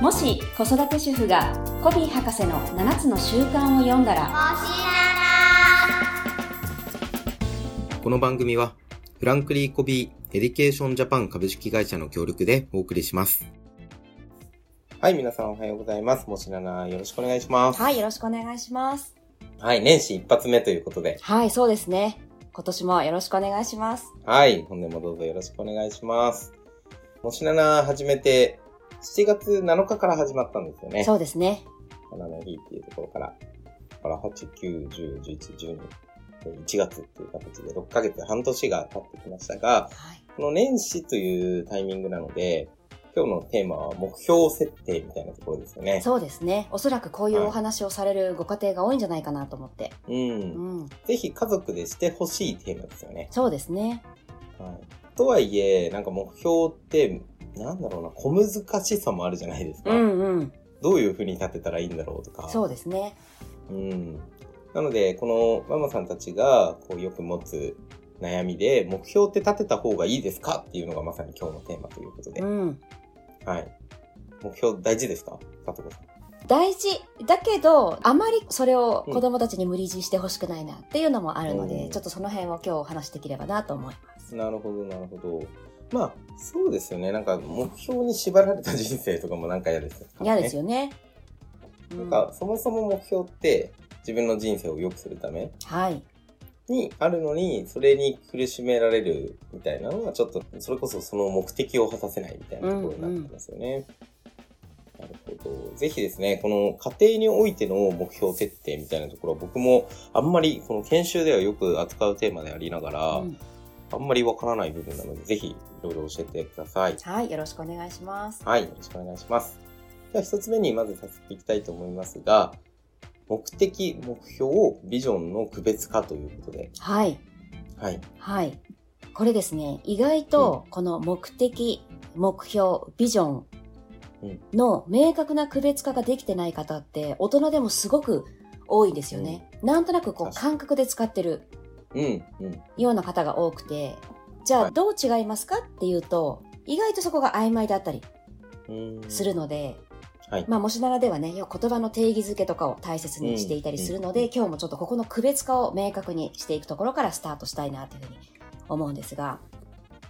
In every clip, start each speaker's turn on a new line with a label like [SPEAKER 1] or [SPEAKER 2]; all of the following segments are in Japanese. [SPEAKER 1] もし子育て主婦がコビー博士の7つの習慣を読んだら
[SPEAKER 2] この番組は、フランクリー・コビー・エディケーション・ジャパン株式会社の協力でお送りします。はい、皆さんおはようございます。もしなな、よろしくお願いします。
[SPEAKER 1] はいよろしくお願いします
[SPEAKER 2] はい、年始一発目ということで、
[SPEAKER 1] はいそうですね今年もよろしくお願いします
[SPEAKER 2] はい、本年もどうぞよろしくお願いします。もしなな、始めて、7月7日から始まったんですよね。
[SPEAKER 1] そうですね
[SPEAKER 2] 花の日っていうところから、あら、8、9、10、11、12、1月っていう形で6ヶ月、半年が経ってきましたが、
[SPEAKER 1] はい
[SPEAKER 2] この年始というタイミングなので、今日のテーマは目標設定みたいなところですよね。
[SPEAKER 1] そうですねおそらくこういうお話をされるご家庭が多いんじゃないかなと思って、
[SPEAKER 2] うん。
[SPEAKER 1] うん
[SPEAKER 2] ぜひ家族でしてほしいテーマですよね。
[SPEAKER 1] そうですね
[SPEAKER 2] はい。とはいえ、なんか目標って、なんだろうな、小難しさもあるじゃないですか。
[SPEAKER 1] うんうん
[SPEAKER 2] どういう風に立てたらいいんだろうとか。
[SPEAKER 1] そうですね
[SPEAKER 2] うん。なので、このママさんたちがこうよく持つ悩みで、目標って立てた方がいいですかっていうのがまさに今日のテーマということで。
[SPEAKER 1] うん
[SPEAKER 2] はい。目標大事ですか佐藤さん。
[SPEAKER 1] 大事だけどあまりそれを子供たちに無理強いしてほしくないなっていうのもあるので、
[SPEAKER 2] うん
[SPEAKER 1] ちょっとその辺を今日お話しできればなと思います
[SPEAKER 2] なるほど、なるほど。まあ、そうですよね。なんか、目標に縛られた人生とかもなんか嫌ですよね、
[SPEAKER 1] 嫌ですよねう
[SPEAKER 2] なんんか、そもそも目標って、自分の人生を良くするため
[SPEAKER 1] はい
[SPEAKER 2] にあるのに、それに苦しめられるみたいなのは、ちょっと、それこそその目的を果たせないみたいなところになってますよね。なるほど。ぜひですね、この家庭においての目標設定みたいなところ、僕もあんまり、この研修ではよく扱うテーマでありながら、
[SPEAKER 1] うん
[SPEAKER 2] あんまりわからない部分なので、ぜひいろいろ教えてください。
[SPEAKER 1] はいよろしくお願いします
[SPEAKER 2] はい、よろしくお願いします。では一つ目にまずさせていきたいと思いますが、目的、目標、ビジョンの区別化ということで。
[SPEAKER 1] はい
[SPEAKER 2] はい。
[SPEAKER 1] はいこれですね意外とこの目的目標ビジョンの明確な区別化ができてない方って大人でもすごく多いですよね、なんとなくこう
[SPEAKER 2] 確か
[SPEAKER 1] 感覚で使ってる
[SPEAKER 2] うん、うん。
[SPEAKER 1] ような方が多くて、じゃ
[SPEAKER 2] は
[SPEAKER 1] あ
[SPEAKER 2] い
[SPEAKER 1] どう違いますかっていうと、意外とそこが曖昧だったり
[SPEAKER 2] うん
[SPEAKER 1] するので、
[SPEAKER 2] はい。
[SPEAKER 1] まあ、もしならではね、要は言葉の定義づけとかを大切にしていたりするので、
[SPEAKER 2] うん
[SPEAKER 1] 今日もちょっとここの区別化を明確にしていくところからスタートしたいなというふうに思うんですが、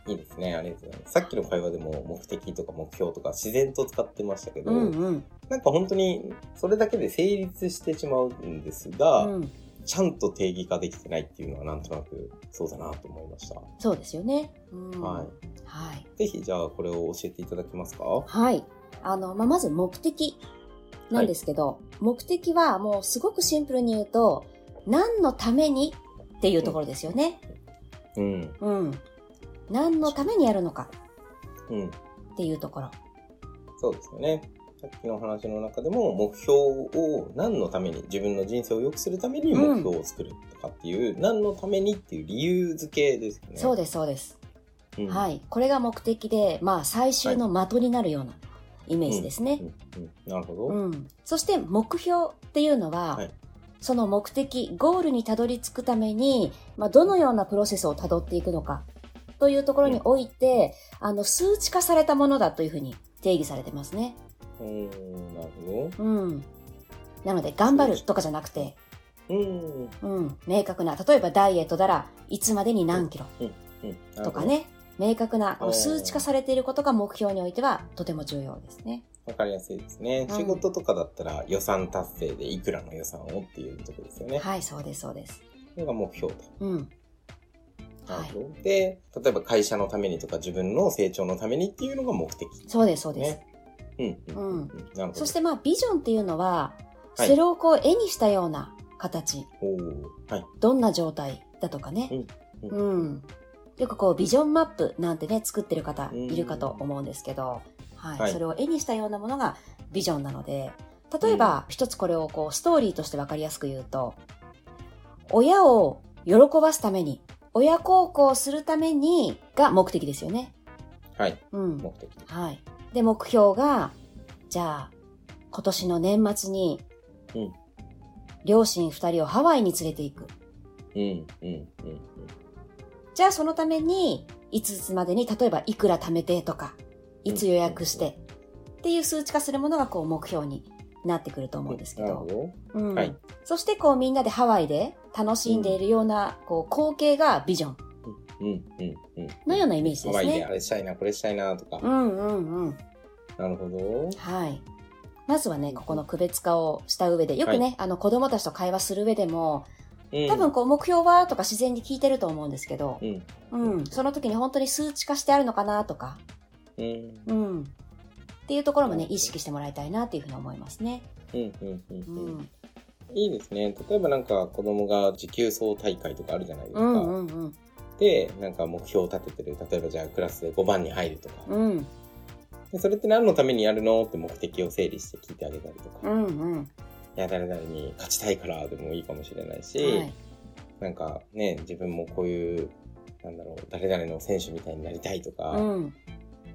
[SPEAKER 2] いいですね。ありがとうございます。さっきの会話でも目的とか目標とか自然と使ってましたけど、
[SPEAKER 1] うんうん、
[SPEAKER 2] なんか本当にそれだけで成立してしまうんです
[SPEAKER 1] う
[SPEAKER 2] が、
[SPEAKER 1] ん、
[SPEAKER 2] ちゃんと定義化できてないっていうのはなんとなくそうだなと思いました。
[SPEAKER 1] そうですよね。うん、
[SPEAKER 2] はい。
[SPEAKER 1] はい。
[SPEAKER 2] ぜひじゃあこれを教えていただけますかは
[SPEAKER 1] はい。あの、まあ、まず目的なんですけど、目的はもうすごくシンプルに言うと、何のためにっていうところですよね。
[SPEAKER 2] うん。
[SPEAKER 1] うん。何のためにやるのか
[SPEAKER 2] うん。
[SPEAKER 1] っていうところ。
[SPEAKER 2] そうですよね。さっきのお話の中でも目標を何のために自分の人生を良くするために目標を作るとかっていう、何のためにっていう理由付けですよね。
[SPEAKER 1] そう
[SPEAKER 2] で
[SPEAKER 1] です、そうです。
[SPEAKER 2] す。うん、。
[SPEAKER 1] はいい。これが目的で、まあ、最終の的になるようなイメージですね。
[SPEAKER 2] うん、なるほど。
[SPEAKER 1] うん。そして、目標っていうのは、
[SPEAKER 2] はい
[SPEAKER 1] その目的、ゴールにたどり着くために、まあ、どのようなプロセスをたどっていくのかというところにおいて、あの、数値化されたものだというふうに定義されてますね。
[SPEAKER 2] うーん、なるほ
[SPEAKER 1] うん。なので、頑張るとかじゃなくて、
[SPEAKER 2] ど。うん。
[SPEAKER 1] うん。明確な、例えばダイエットならいつまでに何キロ
[SPEAKER 2] うん、
[SPEAKER 1] とか。ね、明確なこの
[SPEAKER 2] うん
[SPEAKER 1] 数値化されていることが目標においてはとても重要ですね。
[SPEAKER 2] わかりやすいですね。
[SPEAKER 1] うん
[SPEAKER 2] 仕事とかだったら予算達成でいくらの予算をっていうところですよね。
[SPEAKER 1] はい、そうです、そうです。
[SPEAKER 2] それが目標と。
[SPEAKER 1] うん。は
[SPEAKER 2] ないる。ほど。で、例えば会社のためにとか自分の成長のためにっていうのが目的。
[SPEAKER 1] そうです、そうです。
[SPEAKER 2] ねうん、うん、うんうん。なるほど。
[SPEAKER 1] そしてまあ、ビジョンっていうのは、
[SPEAKER 2] はい
[SPEAKER 1] それをこう絵にしたような形、
[SPEAKER 2] おーはい。
[SPEAKER 1] どんな状態だとかね。
[SPEAKER 2] うん
[SPEAKER 1] う
[SPEAKER 2] うん
[SPEAKER 1] ん。よくこう、ビジョンマップなんてね、作ってる方いるかと思うんですけど、は。
[SPEAKER 2] はいい
[SPEAKER 1] それを絵にしたようなものがビジョンなので、例えば、一つこれをこう、ストーリーとしてわかりやすく言うと、親を喜ばすために、親孝行するためにが目的ですよね。
[SPEAKER 2] はい。
[SPEAKER 1] うん。
[SPEAKER 2] 目的。
[SPEAKER 1] はい。で、目標が、じゃあ、今年の年末に、
[SPEAKER 2] うん
[SPEAKER 1] 両親二人をハワイに連れて行く。
[SPEAKER 2] うん、うん、うん。
[SPEAKER 1] じゃあそのために、いつまでに、例えばいくら貯めてとか、いつ予約して、っていう数値化するものがこう目標になってくると思うんですけ
[SPEAKER 2] なる
[SPEAKER 1] ど
[SPEAKER 2] ほ、ど。
[SPEAKER 1] うん
[SPEAKER 2] はい
[SPEAKER 1] そしてこうみんなでハワイで楽しんでいるようなこう光景がビジョン。
[SPEAKER 2] うんうんうん。
[SPEAKER 1] のようなイメージですね
[SPEAKER 2] ハワイであれしたいな、これしたいなとか。
[SPEAKER 1] うんうんうん。
[SPEAKER 2] なるほど。
[SPEAKER 1] はい。まずはね、ここの区別化をした上で、よくね、
[SPEAKER 2] は
[SPEAKER 1] あの子供たちと会話する上でも、
[SPEAKER 2] うん
[SPEAKER 1] 多分こう目標はとか自然に聞いてると思うんですけど
[SPEAKER 2] う、ん。
[SPEAKER 1] うん、その時に本当に数値化してあるのかなとか、
[SPEAKER 2] うん。
[SPEAKER 1] うん。っていうところもね、意識してもらいたいなっていうふうに思いますね。
[SPEAKER 2] うんうんう
[SPEAKER 1] うん
[SPEAKER 2] うん。
[SPEAKER 1] ん。
[SPEAKER 2] いいですね。例えばなんか子供が持久走大会とかあるじゃないで
[SPEAKER 1] う
[SPEAKER 2] すか。
[SPEAKER 1] んうんうん。
[SPEAKER 2] で、なんか目標を立ててる。例えばじゃあクラスで5番に入るとか。
[SPEAKER 1] うん
[SPEAKER 2] でそれって何のためにやるのって目的を整理して聞いてあげたりとか。
[SPEAKER 1] う
[SPEAKER 2] い
[SPEAKER 1] んうん。
[SPEAKER 2] や、誰々に勝ちたいからでもいいかもしれないし、
[SPEAKER 1] はい。
[SPEAKER 2] なんかね、自分もこういう、なんだろう、誰々の選手みたいになりたいとか、
[SPEAKER 1] うん。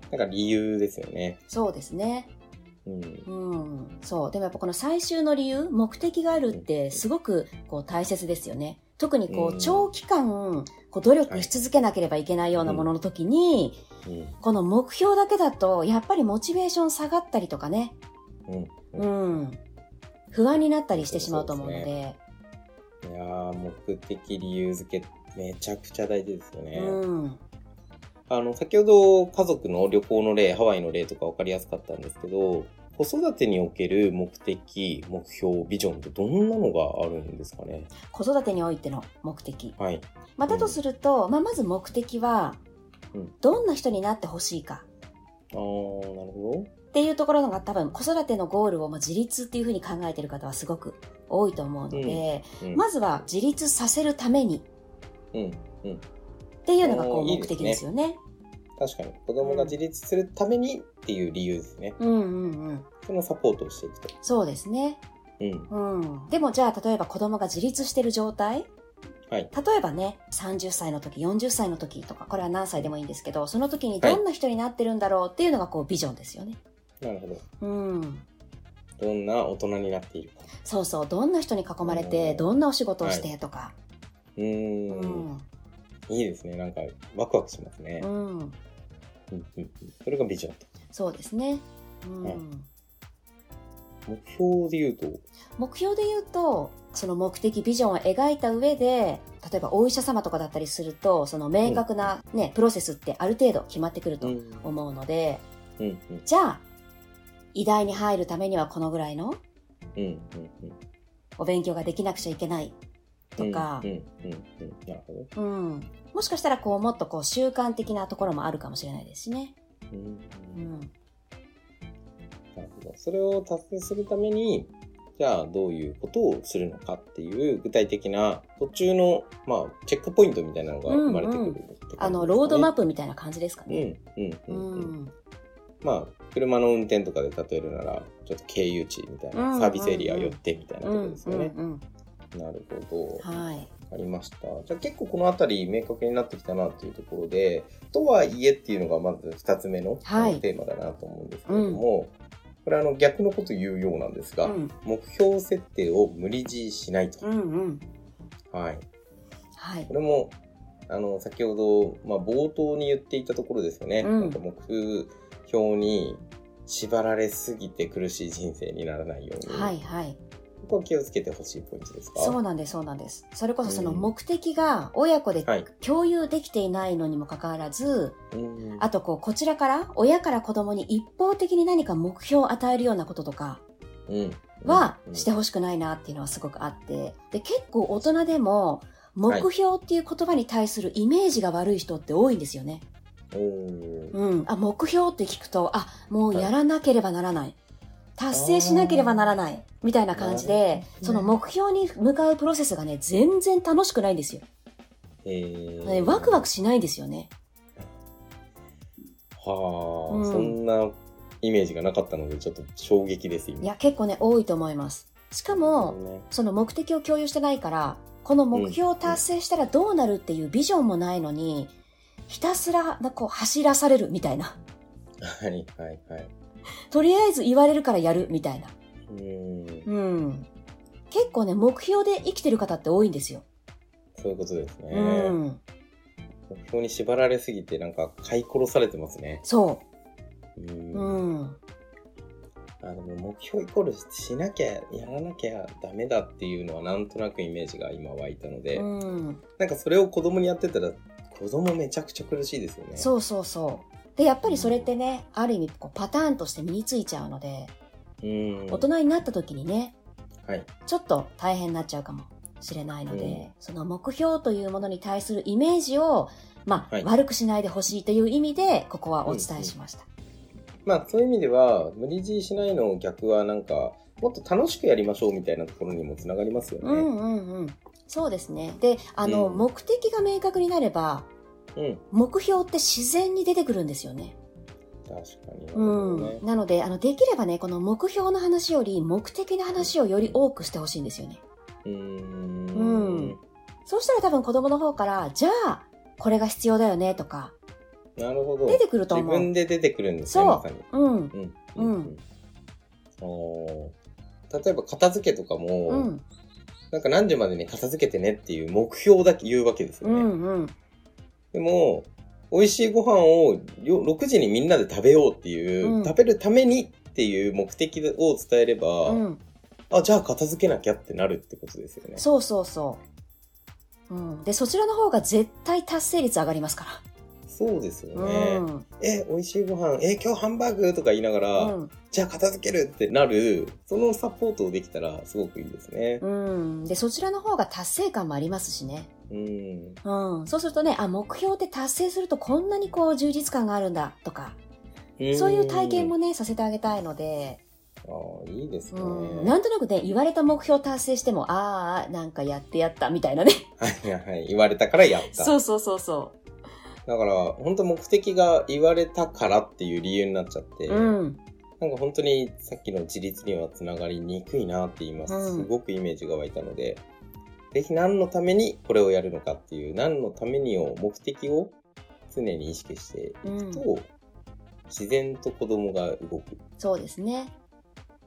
[SPEAKER 2] なんか理由ですよね。
[SPEAKER 1] そうですね。
[SPEAKER 2] うん。
[SPEAKER 1] うん。そう。でもやっぱこの最終の理由、目的があるってすごくこう大切ですよね。特にこ
[SPEAKER 2] う
[SPEAKER 1] うん長期間こう努力し続けなければいけないようなものの時に、
[SPEAKER 2] うん。
[SPEAKER 1] この目標だけだとやっぱりモチベーション下がったりとかね。
[SPEAKER 2] うん。
[SPEAKER 1] うん。不安になったりしてしまうと思うので。
[SPEAKER 2] そういやー、目的理由付け、めちゃくちゃ大事ですよね。
[SPEAKER 1] うん。
[SPEAKER 2] あの、先ほど家族の旅行の例、ハワイの例とか分かりやすかったんですけど、子育てにおける目的、目標、ビジョンってどんなのがあるんですかね
[SPEAKER 1] 子育てにおいての目的。
[SPEAKER 2] はい。
[SPEAKER 1] まあ、だとすると、まあ、まず目的は
[SPEAKER 2] うん、
[SPEAKER 1] どんな人になってほしいか。
[SPEAKER 2] あー、なるほ
[SPEAKER 1] っていうところのが多分子育てのゴールをもう自立っていうふうに考えてる方はすごく多いと思うので、
[SPEAKER 2] ど。うん、
[SPEAKER 1] まずは自立させるために
[SPEAKER 2] うん。
[SPEAKER 1] っていうのがこう
[SPEAKER 2] おーいい
[SPEAKER 1] 目
[SPEAKER 2] ですね
[SPEAKER 1] 的ですよね。
[SPEAKER 2] 確かに。子供が自立するためにっていう理由ですね。
[SPEAKER 1] うんうんうん。
[SPEAKER 2] そのサポートをしていくと。
[SPEAKER 1] そうですね。
[SPEAKER 2] うん。
[SPEAKER 1] うん。でもじゃあ例えば子供が自立してる状態
[SPEAKER 2] はい。
[SPEAKER 1] 例えばね、30歳の時、40歳の時とか、これは何歳でもいいんですけど、その時にどんな人になってるんだろうっていうのがこうビジョンですよね。
[SPEAKER 2] なるほど。
[SPEAKER 1] うん。
[SPEAKER 2] どんな大人になっているか。
[SPEAKER 1] そうそう、どんな人に囲まれて、
[SPEAKER 2] うん
[SPEAKER 1] どんなお仕事をしてとか。
[SPEAKER 2] うー。
[SPEAKER 1] うんん。
[SPEAKER 2] いいですね。なんか、ワクワクしますね。
[SPEAKER 1] うん。
[SPEAKER 2] うんうんうん。それがビジョンと。
[SPEAKER 1] そうですね。う
[SPEAKER 2] は
[SPEAKER 1] ん。
[SPEAKER 2] 目標で言うと、
[SPEAKER 1] 目標で言うとその目的ビジョンを描いた上で例えばお医者様とかだったりするとその明確な、ねプロセスってある程度決まってくると
[SPEAKER 2] ん。
[SPEAKER 1] 思うので、
[SPEAKER 2] うんうん。
[SPEAKER 1] じゃあ医大に入るためにはこのぐらいの
[SPEAKER 2] うんうんうん。
[SPEAKER 1] お勉強ができなくちゃいけないとか
[SPEAKER 2] う、んうんうんなるほど。
[SPEAKER 1] うんもしかしたらこうもっとこう習慣的なところもあるかもしれないですしね。
[SPEAKER 2] うん
[SPEAKER 1] う
[SPEAKER 2] うん
[SPEAKER 1] ん、
[SPEAKER 2] なるほど。それを達成するために、じゃあどういうことをするのかっていう具体的な途中の、まあ、チェックポイントみたいなのが生まれてくるって感じですね
[SPEAKER 1] あのロードマップみたいな感じですか
[SPEAKER 2] う
[SPEAKER 1] ね。
[SPEAKER 2] んうん
[SPEAKER 1] う
[SPEAKER 2] うんうん。
[SPEAKER 1] ん
[SPEAKER 2] まあ、車の運転とかで例えるなら、ちょっと経由地みたい
[SPEAKER 1] うんうんう
[SPEAKER 2] な、
[SPEAKER 1] ん
[SPEAKER 2] サービスエリア寄ってみたい
[SPEAKER 1] う
[SPEAKER 2] なところ
[SPEAKER 1] ん
[SPEAKER 2] です
[SPEAKER 1] う
[SPEAKER 2] よね。
[SPEAKER 1] ん
[SPEAKER 2] なる
[SPEAKER 1] う
[SPEAKER 2] ほ
[SPEAKER 1] ん
[SPEAKER 2] ど。
[SPEAKER 1] はい
[SPEAKER 2] ありました。じゃあ結構この辺り明確になってきたなっていうところで、とはいえっていうのがまず2つ目の
[SPEAKER 1] はい
[SPEAKER 2] あのテーマだなと思うんですけれども、これあの逆のこと言うようなんですが、
[SPEAKER 1] うん
[SPEAKER 2] 目標設定を無理強いしないと。
[SPEAKER 1] うんうん
[SPEAKER 2] はい。
[SPEAKER 1] はい
[SPEAKER 2] これも、あの、先ほど、まあ冒頭に言っていたところですよね。
[SPEAKER 1] うん
[SPEAKER 2] なんか目標に縛られすぎて苦しい人生にならないように、
[SPEAKER 1] はいはい。
[SPEAKER 2] ここは気をつけてほしいポイントですか
[SPEAKER 1] そうなんです、そうなんです。それこそその
[SPEAKER 2] うん
[SPEAKER 1] 目的が親子で
[SPEAKER 2] はい
[SPEAKER 1] 共有できていないのにもかかわらず、
[SPEAKER 2] うん
[SPEAKER 1] あとこう、こちらから、親から子供に一方的に何か目標を与えるようなこととか
[SPEAKER 2] うん
[SPEAKER 1] は
[SPEAKER 2] うん
[SPEAKER 1] してほしくないなっていうのはすごくあって、で、結構大人でも、目標っていう言葉に対するイメージが悪い人って多いんですよね。
[SPEAKER 2] うん
[SPEAKER 1] うん。あ、目標って聞くと、あ、もうやらなければならない。達成しなければならない。みたいな感じで、
[SPEAKER 2] うん
[SPEAKER 1] その目標に向かうプロセスがね、全然楽しくないんですよ。
[SPEAKER 2] え
[SPEAKER 1] ね
[SPEAKER 2] ー、
[SPEAKER 1] ワクワクしないですよね。
[SPEAKER 2] はあ、
[SPEAKER 1] うん
[SPEAKER 2] そんなイメージがなかったのでちょっと衝撃です今
[SPEAKER 1] いや、結構ね、多いと思います。しかも、
[SPEAKER 2] ね
[SPEAKER 1] その目的を共有してないから、この目標を達成したらどうなるっていうビジョンもないのに、ひたすら、こう、走らされるみたいな。
[SPEAKER 2] はいはいはい
[SPEAKER 1] とりあえず言われるからやるみたいな。
[SPEAKER 2] うーん
[SPEAKER 1] うん。結構ね、目標で生きてる方って多いんですよ。
[SPEAKER 2] そういうことですね、
[SPEAKER 1] うん。
[SPEAKER 2] 目標に縛られすぎてなんか買い殺されてますね
[SPEAKER 1] そうう。
[SPEAKER 2] ん
[SPEAKER 1] うん。
[SPEAKER 2] あの目標イコールしなきゃやらなきゃダメだっていうのはなんとなくイメージが今湧いたので、
[SPEAKER 1] うん、
[SPEAKER 2] なんかそれを子供にやってたら子供めちゃくちゃ苦しいですよね。
[SPEAKER 1] そうそうそう。で、やっぱりそれってね、ある意味こうパターンとして身についちゃうので、
[SPEAKER 2] うん
[SPEAKER 1] 大人になった時にね、
[SPEAKER 2] はい
[SPEAKER 1] ちょっと大変になっちゃうかもしれないので、
[SPEAKER 2] うん
[SPEAKER 1] その目標というものに対するイメージを、まあ、
[SPEAKER 2] はい
[SPEAKER 1] 悪くしないでほしいという意味で、ここはお伝えしました。
[SPEAKER 2] まあそういう意味では無理強いしないの逆はなんかもっと楽しくやりましょうみたいなところにもつながりますよ
[SPEAKER 1] う
[SPEAKER 2] ね。
[SPEAKER 1] んうんうん。そうですね。で、あの、
[SPEAKER 2] うん
[SPEAKER 1] 目的が明確になれば、
[SPEAKER 2] うん、
[SPEAKER 1] 目標って自然に出てくるんですよね。
[SPEAKER 2] 確かに、
[SPEAKER 1] うん。なので、あの、できればね、この目標の話より、目的の話をより多くしてほしいんですよね。
[SPEAKER 2] うーん
[SPEAKER 1] うんそうしたら多分子供の方から、じゃあ、これが必要だよね、とか、
[SPEAKER 2] なるほど。
[SPEAKER 1] 出てくると
[SPEAKER 2] 自
[SPEAKER 1] 思う。
[SPEAKER 2] 分で出てくるんですね
[SPEAKER 1] そう
[SPEAKER 2] まさに。
[SPEAKER 1] うん。
[SPEAKER 2] うん
[SPEAKER 1] うん
[SPEAKER 2] おー例えば片付けとかも、
[SPEAKER 1] うん。
[SPEAKER 2] なんか何時までに片付けてねっていう目標だけ言うわけですよ
[SPEAKER 1] う
[SPEAKER 2] ね。
[SPEAKER 1] んうん。
[SPEAKER 2] でも、美味しいご飯をよ6時にみんなで食べようっていう、
[SPEAKER 1] うん
[SPEAKER 2] 食べるためにっていう目的を伝えれば、
[SPEAKER 1] うん。
[SPEAKER 2] あ、じゃあ片付けなきゃってなるってことですよね。
[SPEAKER 1] そうそうそう。うん。で、そちらの方が絶対達成率上がりますか
[SPEAKER 2] そうですよ
[SPEAKER 1] ら。
[SPEAKER 2] ね。
[SPEAKER 1] うん。
[SPEAKER 2] え、美味しいご飯、え、今日ハンバーグとか言いながら、じゃあ片付けるってなる、そのサポートをできたらすごくいいですね。
[SPEAKER 1] うん。うん。で、そちらの方が達成感もありますしね。
[SPEAKER 2] うん。
[SPEAKER 1] うん。そうするとね、あ、目標って達成するとこんなにこう充実感があるんだ、とか、そういう体験もね、させてあげたいので、
[SPEAKER 2] ああ、いいですね。
[SPEAKER 1] うん。なんとなくね、言われた目標達成しても、ああ、なんかやってやった、みたいなね。
[SPEAKER 2] はいはいはい。言われたからやった。
[SPEAKER 1] そうそうそうそ
[SPEAKER 2] だから、本当目的が言われたからっていう理由になっちゃって、
[SPEAKER 1] う。うん。
[SPEAKER 2] なんか本当にさっきの自立にはつながりにくいなって
[SPEAKER 1] う
[SPEAKER 2] 今
[SPEAKER 1] ん
[SPEAKER 2] すごくイメージが湧いたので、ぜひ何のためにこれをやるのかっていう、何のためにを、目的を常に意識していくと、自然と子供が動く。
[SPEAKER 1] そうですね。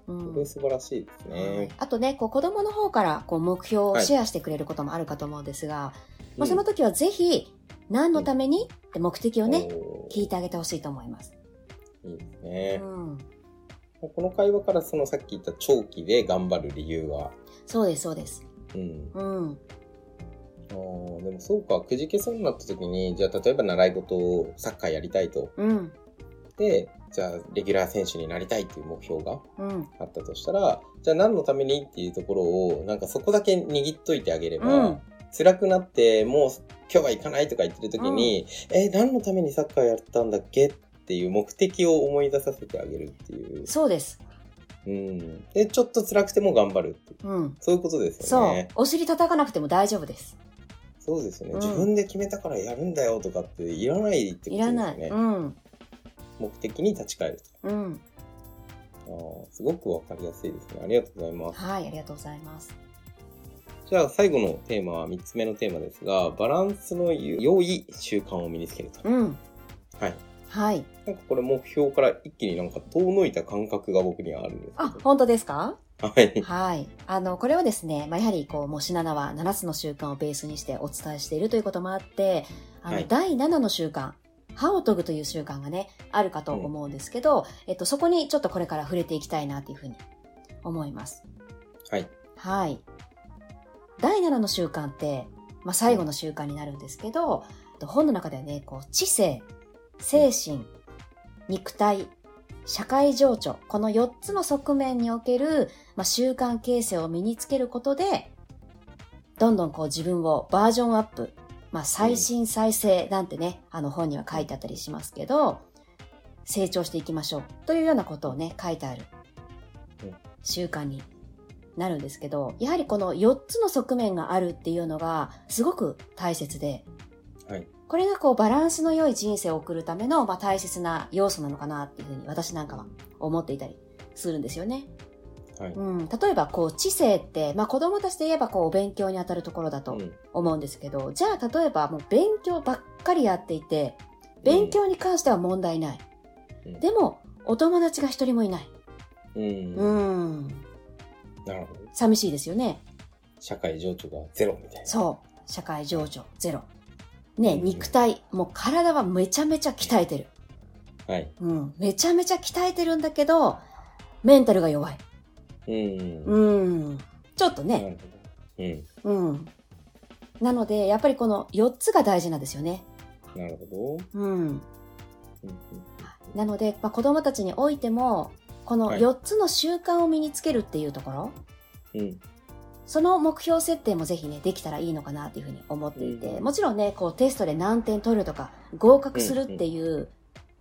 [SPEAKER 1] う
[SPEAKER 2] これ
[SPEAKER 1] ん。
[SPEAKER 2] 素晴らしいです
[SPEAKER 1] はい
[SPEAKER 2] ね。
[SPEAKER 1] あとね、こう子供の方からこう目標をシェアしてくれることもあるかと思うんですが、まあ、その時はぜひ、何のためにって目的を
[SPEAKER 2] うん
[SPEAKER 1] ね、
[SPEAKER 2] おー
[SPEAKER 1] 聞いてあげてほしいと思います。
[SPEAKER 2] いいです
[SPEAKER 1] う
[SPEAKER 2] ね。
[SPEAKER 1] ん。
[SPEAKER 2] この会話からそのさっき言った長期で頑張る理由は、
[SPEAKER 1] そうです、そうです。
[SPEAKER 2] うん。
[SPEAKER 1] うん。
[SPEAKER 2] あーでもそうか、くじけそうになった時に、じゃあ例えば習い事をサッカーやりたいと。
[SPEAKER 1] うん。
[SPEAKER 2] で、じゃあレギュラー選手になりたいっていう目標が
[SPEAKER 1] うん。
[SPEAKER 2] あったとしたら、じゃあ何のためにっていうところを、なんかそこだけ握っといてあげれば、
[SPEAKER 1] うん
[SPEAKER 2] 辛くなって、もう今日は行かないとか言ってる時に、え、何のためにサッカーやったんだっけっていう目的を思い出させてあげるっていう。
[SPEAKER 1] そうです。
[SPEAKER 2] うん。で、ちょっと辛くても頑張るっていう。
[SPEAKER 1] うん。
[SPEAKER 2] そういうことですよ
[SPEAKER 1] そう
[SPEAKER 2] ね。。
[SPEAKER 1] お尻叩かなくても大丈夫です。
[SPEAKER 2] そうですよね、
[SPEAKER 1] うん
[SPEAKER 2] 自分で決めたからやるんだよとかっていらないってことですよ
[SPEAKER 1] い
[SPEAKER 2] ね。
[SPEAKER 1] らない。うん。
[SPEAKER 2] 目的に立ち返る
[SPEAKER 1] うん。
[SPEAKER 2] と。あーすごくわかりやすいですね。ありがとうございます。
[SPEAKER 1] はい、ありがとうございます。
[SPEAKER 2] じゃあ最後のテーマは3つ目のテーマですが、バランスの良い習慣を身につけると。
[SPEAKER 1] うん。
[SPEAKER 2] はい。
[SPEAKER 1] はい。
[SPEAKER 2] なんかこれ目標から一気になんか遠のいた感覚が僕にはあるんです
[SPEAKER 1] あ、本当ですか
[SPEAKER 2] けど。 はい。
[SPEAKER 1] はい。あの、これはですね、まあ、やはり、こう、もう、しななは7つの習慣をベースにしてお伝えしているということもあって、あの、
[SPEAKER 2] はい
[SPEAKER 1] 第7の習慣、歯を研ぐという習慣がね、あるかと思うんですけど、えっと、そこにちょっとこれから触れていきたいなというふうに思います。
[SPEAKER 2] はい。
[SPEAKER 1] はい。第7の習慣って、まあ、最後の習慣になるんですけど、えっと本の中ではね、こう、知性、精神、肉体、社会情緒、この4つの側面における、まあ、習慣形成を身につけることで、どんどんこう自分をバージョンアップ、まあ、最新再生なんてね、あの本には書いてあったりしますけど、成長していきましょうというようなことをね、書いてある
[SPEAKER 2] うん
[SPEAKER 1] 習慣になるんですけど、やはりこの4つの側面があるっていうのがすごく大切で、
[SPEAKER 2] はい。
[SPEAKER 1] これがこうバランスの良い人生を送るための、まあ、大切な要素なのかなっていうふうに私なんかは思っていたりするんですよね。
[SPEAKER 2] はい。
[SPEAKER 1] うん、例えばこう知性って、まあ、子供たちで言えばこうお勉強にあたるところだ
[SPEAKER 2] う
[SPEAKER 1] と
[SPEAKER 2] ん
[SPEAKER 1] 思うんですけど、じゃあ例えばもう勉強ばっかりやっていて勉強に関しては問題ない、
[SPEAKER 2] うん
[SPEAKER 1] でもお友達が一人もいない、
[SPEAKER 2] うん。
[SPEAKER 1] う
[SPEAKER 2] なる
[SPEAKER 1] ん、
[SPEAKER 2] ほど。
[SPEAKER 1] 寂しいですよね
[SPEAKER 2] 社会情緒がゼロみたいな。
[SPEAKER 1] そう社会情緒ゼロね
[SPEAKER 2] うん
[SPEAKER 1] 肉体もう体はめちゃめちゃ鍛えてる、
[SPEAKER 2] はい。
[SPEAKER 1] うん、めちゃめちゃ鍛えてるんだけどメンタルが弱い。
[SPEAKER 2] うん。
[SPEAKER 1] うん。ちょっと
[SPEAKER 2] な
[SPEAKER 1] ね。
[SPEAKER 2] るほど。うん。
[SPEAKER 1] うん。なので、やっぱりこの4つが大事なんですよね。
[SPEAKER 2] なる
[SPEAKER 1] う
[SPEAKER 2] ほ
[SPEAKER 1] ん。
[SPEAKER 2] ど。うん
[SPEAKER 1] なので、まあ、子供たちにおいても、この
[SPEAKER 2] はい
[SPEAKER 1] 4つの習慣を身につけるっていうところ、
[SPEAKER 2] うん。うん。
[SPEAKER 1] その目標設定もぜひね、できたらいいのかなっていうふうに思っていて、
[SPEAKER 2] うん
[SPEAKER 1] もちろんね、こうテストで何点取るとか、合格するっていう、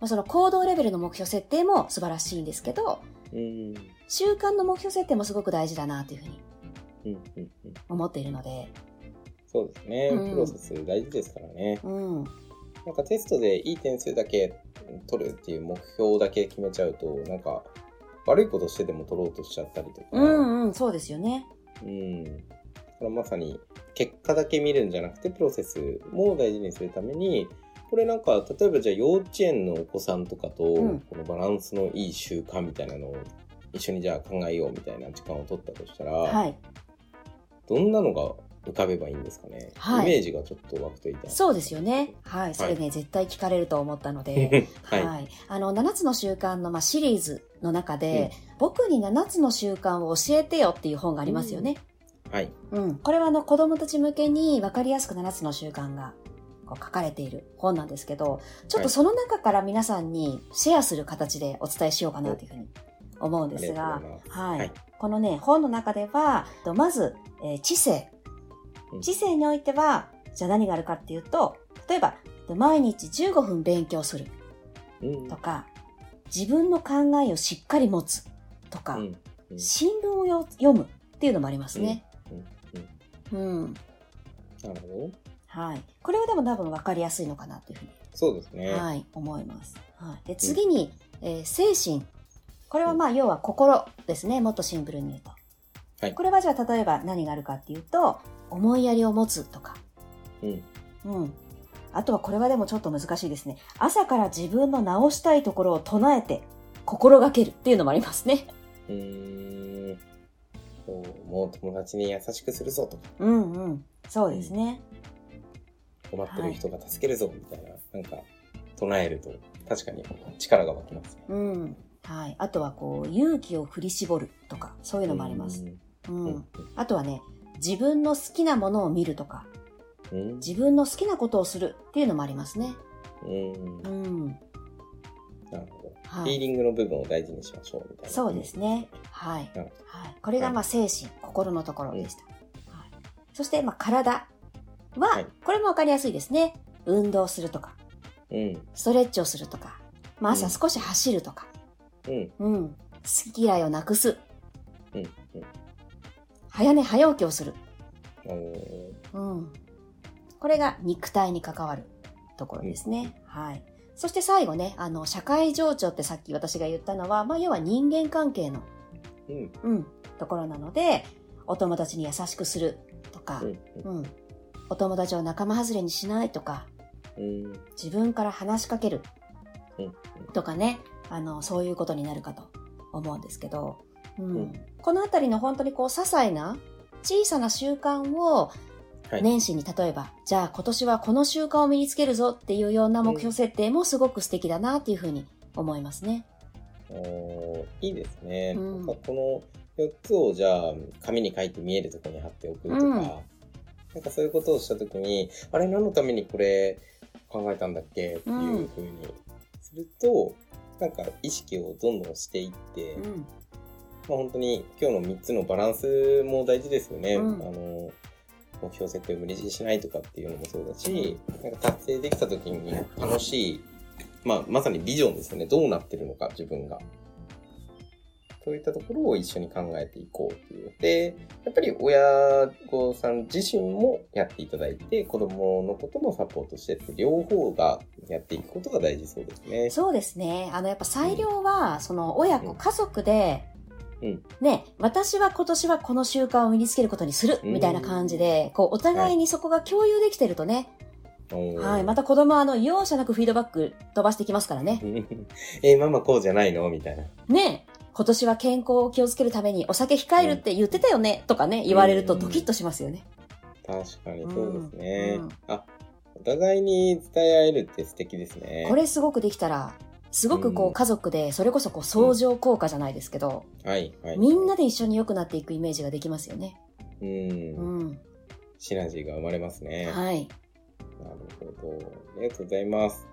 [SPEAKER 1] まあ、その行動レベルの目標設定も素晴らしいんですけど、
[SPEAKER 2] うん。
[SPEAKER 1] 習慣の目標設定もすごく大事だなっていうふうに
[SPEAKER 2] うん。うん。うん
[SPEAKER 1] 思っているので、
[SPEAKER 2] そうですね。
[SPEAKER 1] うん
[SPEAKER 2] プロセス大事ですからね。
[SPEAKER 1] うん、
[SPEAKER 2] なんかテストでいい点数だけ取るっていう目標だけ決めちゃうと、なんか悪いことしてでも取ろうとしちゃったりとか。
[SPEAKER 1] うんうん、そうですよね。
[SPEAKER 2] うん。これまさに結果だけ見るんじゃなくてプロセスも大事にするためにこれなんか例えばじゃあ幼稚園のお子さんとかと
[SPEAKER 1] うん
[SPEAKER 2] このバランスのいい習慣みたいなのを一緒にじゃあ考えようみたいな時間を取ったとしたら、
[SPEAKER 1] はい。
[SPEAKER 2] どんなのが浮かべばいいんですかね、
[SPEAKER 1] はい
[SPEAKER 2] イメージがちょっと湧くといいな
[SPEAKER 1] そうですよね。はい。それね、絶対聞かれると思ったので、
[SPEAKER 2] はい、
[SPEAKER 1] はい、あの7つの習慣の、まあ、シリーズの中で、僕に7つの習慣を教えてよ」っていう本がありますよね。
[SPEAKER 2] はい、
[SPEAKER 1] うんこれはあの子供たち向けに分かりやすく7つの習慣がこう書かれている本なんですけどちょっと
[SPEAKER 2] はい
[SPEAKER 1] その中から皆さんにシェアする形でお伝えしようかなというふうに思うん
[SPEAKER 2] あ
[SPEAKER 1] で
[SPEAKER 2] り
[SPEAKER 1] す
[SPEAKER 2] がとう
[SPEAKER 1] が
[SPEAKER 2] ございます
[SPEAKER 1] はい
[SPEAKER 2] はい
[SPEAKER 1] このね本の中ではとまず、えー知性
[SPEAKER 2] うん
[SPEAKER 1] 知性においてはじゃあ何があるかっていうと例えばと毎日15分勉強する。
[SPEAKER 2] うん
[SPEAKER 1] とか、自分の考えをしっかり持つとか、
[SPEAKER 2] うんうん
[SPEAKER 1] 新聞をよ読むっていうのもありますね。うん。
[SPEAKER 2] なるほど
[SPEAKER 1] はい。これはでも多分分かりやすいのかなというふうに、
[SPEAKER 2] そうですね、
[SPEAKER 1] はい、思います。はい、で次に、えー精神。これはまあ、要は心ですね。もっとシンプルに言うと。
[SPEAKER 2] はい
[SPEAKER 1] これはじゃあ、例えば何があるかっていうと、思いやりを持つとか。
[SPEAKER 2] うん
[SPEAKER 1] うん。あとはこれはでもちょっと難しいですね。朝から自分の直したいところを唱えて心がけるっていうのもありますね。
[SPEAKER 2] うーんこうもう友達に優しくするぞとか
[SPEAKER 1] うんうん。そうですね。
[SPEAKER 2] 困ってる人が助けるぞみたいな、なんか唱えると確かに力が湧きますね。
[SPEAKER 1] うん。はい。あとはこう、勇気を振り絞るとか、そういうのもあります。う。
[SPEAKER 2] うんん。
[SPEAKER 1] あとはね、自分の好きなものを見るとか、
[SPEAKER 2] うん。
[SPEAKER 1] 自分の好きなことをするっていうのもありますね。
[SPEAKER 2] うん。
[SPEAKER 1] うん。
[SPEAKER 2] なるほど。
[SPEAKER 1] は
[SPEAKER 2] ヒー
[SPEAKER 1] い。
[SPEAKER 2] リングの部分を大事にしましょうみたいな。
[SPEAKER 1] そうですね。はい。
[SPEAKER 2] なる
[SPEAKER 1] はい。これがまあ精神、心のところでした。はい。そして、まあ体は、
[SPEAKER 2] はい
[SPEAKER 1] これもわかりやすいですね。運動するとか、
[SPEAKER 2] うん。
[SPEAKER 1] ストレッチをするとか、まあ朝
[SPEAKER 2] うん
[SPEAKER 1] 少し走るとか、
[SPEAKER 2] うん。
[SPEAKER 1] うん。好き嫌いをなくす。
[SPEAKER 2] うん。
[SPEAKER 1] 早寝早起きをする。
[SPEAKER 2] うん。お
[SPEAKER 1] うん。これが肉体に関わるところですね。はい。そして最後ね、あの、社会情緒ってさっき私が言ったのは、まあ、要は人間関係の、
[SPEAKER 2] ーうん。
[SPEAKER 1] うん、ところなので、お友達に優しくするとか
[SPEAKER 2] う、ん。
[SPEAKER 1] うん。お友達を仲間外れにしないとか、
[SPEAKER 2] うん。うん。
[SPEAKER 1] 自分から話しかける
[SPEAKER 2] うん
[SPEAKER 1] とかね、あの、そういうことになるかと思うんですけど、うん
[SPEAKER 2] うん
[SPEAKER 1] このあたりの本当にこう、些細な、小さな習慣を、
[SPEAKER 2] はい
[SPEAKER 1] 年始に例えば、じゃあ今年はこの習慣を身につけるぞっていうような目標設定もすごく素敵だなっていうふうに思いますね。
[SPEAKER 2] おーいいですね。
[SPEAKER 1] うん
[SPEAKER 2] なんかこの4つをじゃあ紙に書いて見えるところに貼っておくとか、
[SPEAKER 1] うん
[SPEAKER 2] なんかそういうことをしたときに、あれ何のためにこれ考えたんだっけっていうふうにすると、なんか意識をどんどんしていって、
[SPEAKER 1] う
[SPEAKER 2] まあ
[SPEAKER 1] ん。
[SPEAKER 2] 本当に今日の3つのバランスも大事ですよね。
[SPEAKER 1] うん
[SPEAKER 2] あの目標設定を無理強いしないとかっていうのもそうだし、なんか達成できたときに楽しい、まあ、まさにビジョンですよね。どうなってるのか、自分が。そういったところを一緒に考えていこうっていう。で、やっぱり親御さん自身もやっていただいて、子供のこともサポートしてって、両方がやっていくことが大事そうですね。
[SPEAKER 1] そうですね。あの、やっぱ裁量は、その親子、
[SPEAKER 2] うん
[SPEAKER 1] 家族で、
[SPEAKER 2] うん
[SPEAKER 1] ね、私は今年はこの習慣を身につけることにする、
[SPEAKER 2] うん
[SPEAKER 1] みたいな感じで、こう、お互いにそこが共有できてるとね、
[SPEAKER 2] おー
[SPEAKER 1] はい、また子供はあの、容赦なくフィードバック飛ばしてきますからね。
[SPEAKER 2] え、ママこうじゃないのみたいな。
[SPEAKER 1] ねえ今年は健康を気をつけるためにお酒控えるって言ってたよね、とかね、言われるとドキッとしますよね。
[SPEAKER 2] 確かにそうですね。
[SPEAKER 1] うんうん
[SPEAKER 2] あ、お互いに伝え合えるって素敵ですね。
[SPEAKER 1] これすごくできたらすごくこ
[SPEAKER 2] う
[SPEAKER 1] うん家族で、それこそこう相乗効果じゃないですけど、
[SPEAKER 2] はい、はい。
[SPEAKER 1] みんなで一緒に良くなっていくイメージができますよね。
[SPEAKER 2] う。
[SPEAKER 1] うんん。
[SPEAKER 2] シナジーが生まれますね。
[SPEAKER 1] はい。
[SPEAKER 2] なるほど。ありがとうございます。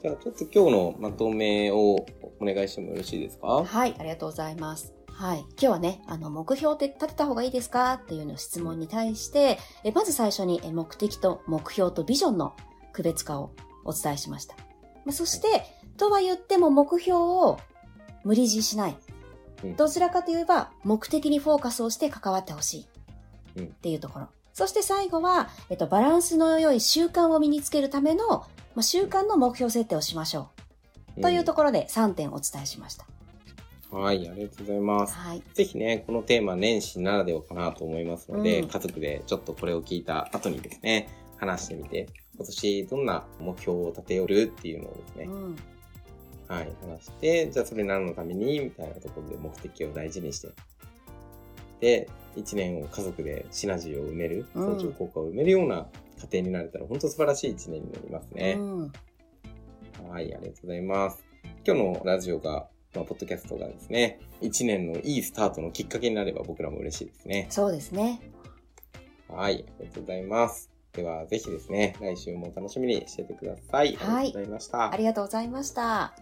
[SPEAKER 2] じゃあ、ちょっと今日のまとめをお願いしてもよろしいですか
[SPEAKER 1] はい、ありがとうございます。はい。今日はね、あの、目標って立てた方がいいですかっていうの質問に対して、えまず最初にえ目的と目標とビジョンの区別化をお伝えしました。まあそして、とは言っても目標を無理強いしない
[SPEAKER 2] うん。
[SPEAKER 1] どちらかといえば、目的にフォーカスをして関わってほしい。
[SPEAKER 2] うん
[SPEAKER 1] っていうところ。そして最後は、えっと、バランスの良い習慣を身につけるための、まあ、習慣の目標設定をしましょう。というところで3点お伝えしました。
[SPEAKER 2] うんはい、ありがとうございます。
[SPEAKER 1] はい。
[SPEAKER 2] ぜひね、このテーマ年始ならではかなと思いますので、
[SPEAKER 1] うん
[SPEAKER 2] 家族でちょっとこれを聞いた後にですね、話してみて、今年どんな目標を立てよるっていうのをですね、
[SPEAKER 1] うん、
[SPEAKER 2] はい、話して、じゃあそれ何のためにみたいなところで目的を大事にして、で、1年を家族でシナジーを埋める、
[SPEAKER 1] うん
[SPEAKER 2] 相乗効果を埋めるような家庭になれたら、本当素晴らしい1年になりますね。
[SPEAKER 1] うん
[SPEAKER 2] はい、ありがとうございます。今日のラジオが、まあ、ポッドキャストがですね、1年のいいスタートのきっかけになれば僕らも嬉しいですね。
[SPEAKER 1] そうですね。
[SPEAKER 2] はい、ありがとうございます。では、ぜひですね、来週もお楽しみにしててください。
[SPEAKER 1] はい
[SPEAKER 2] ありがとうございました。
[SPEAKER 1] ありがとうございました。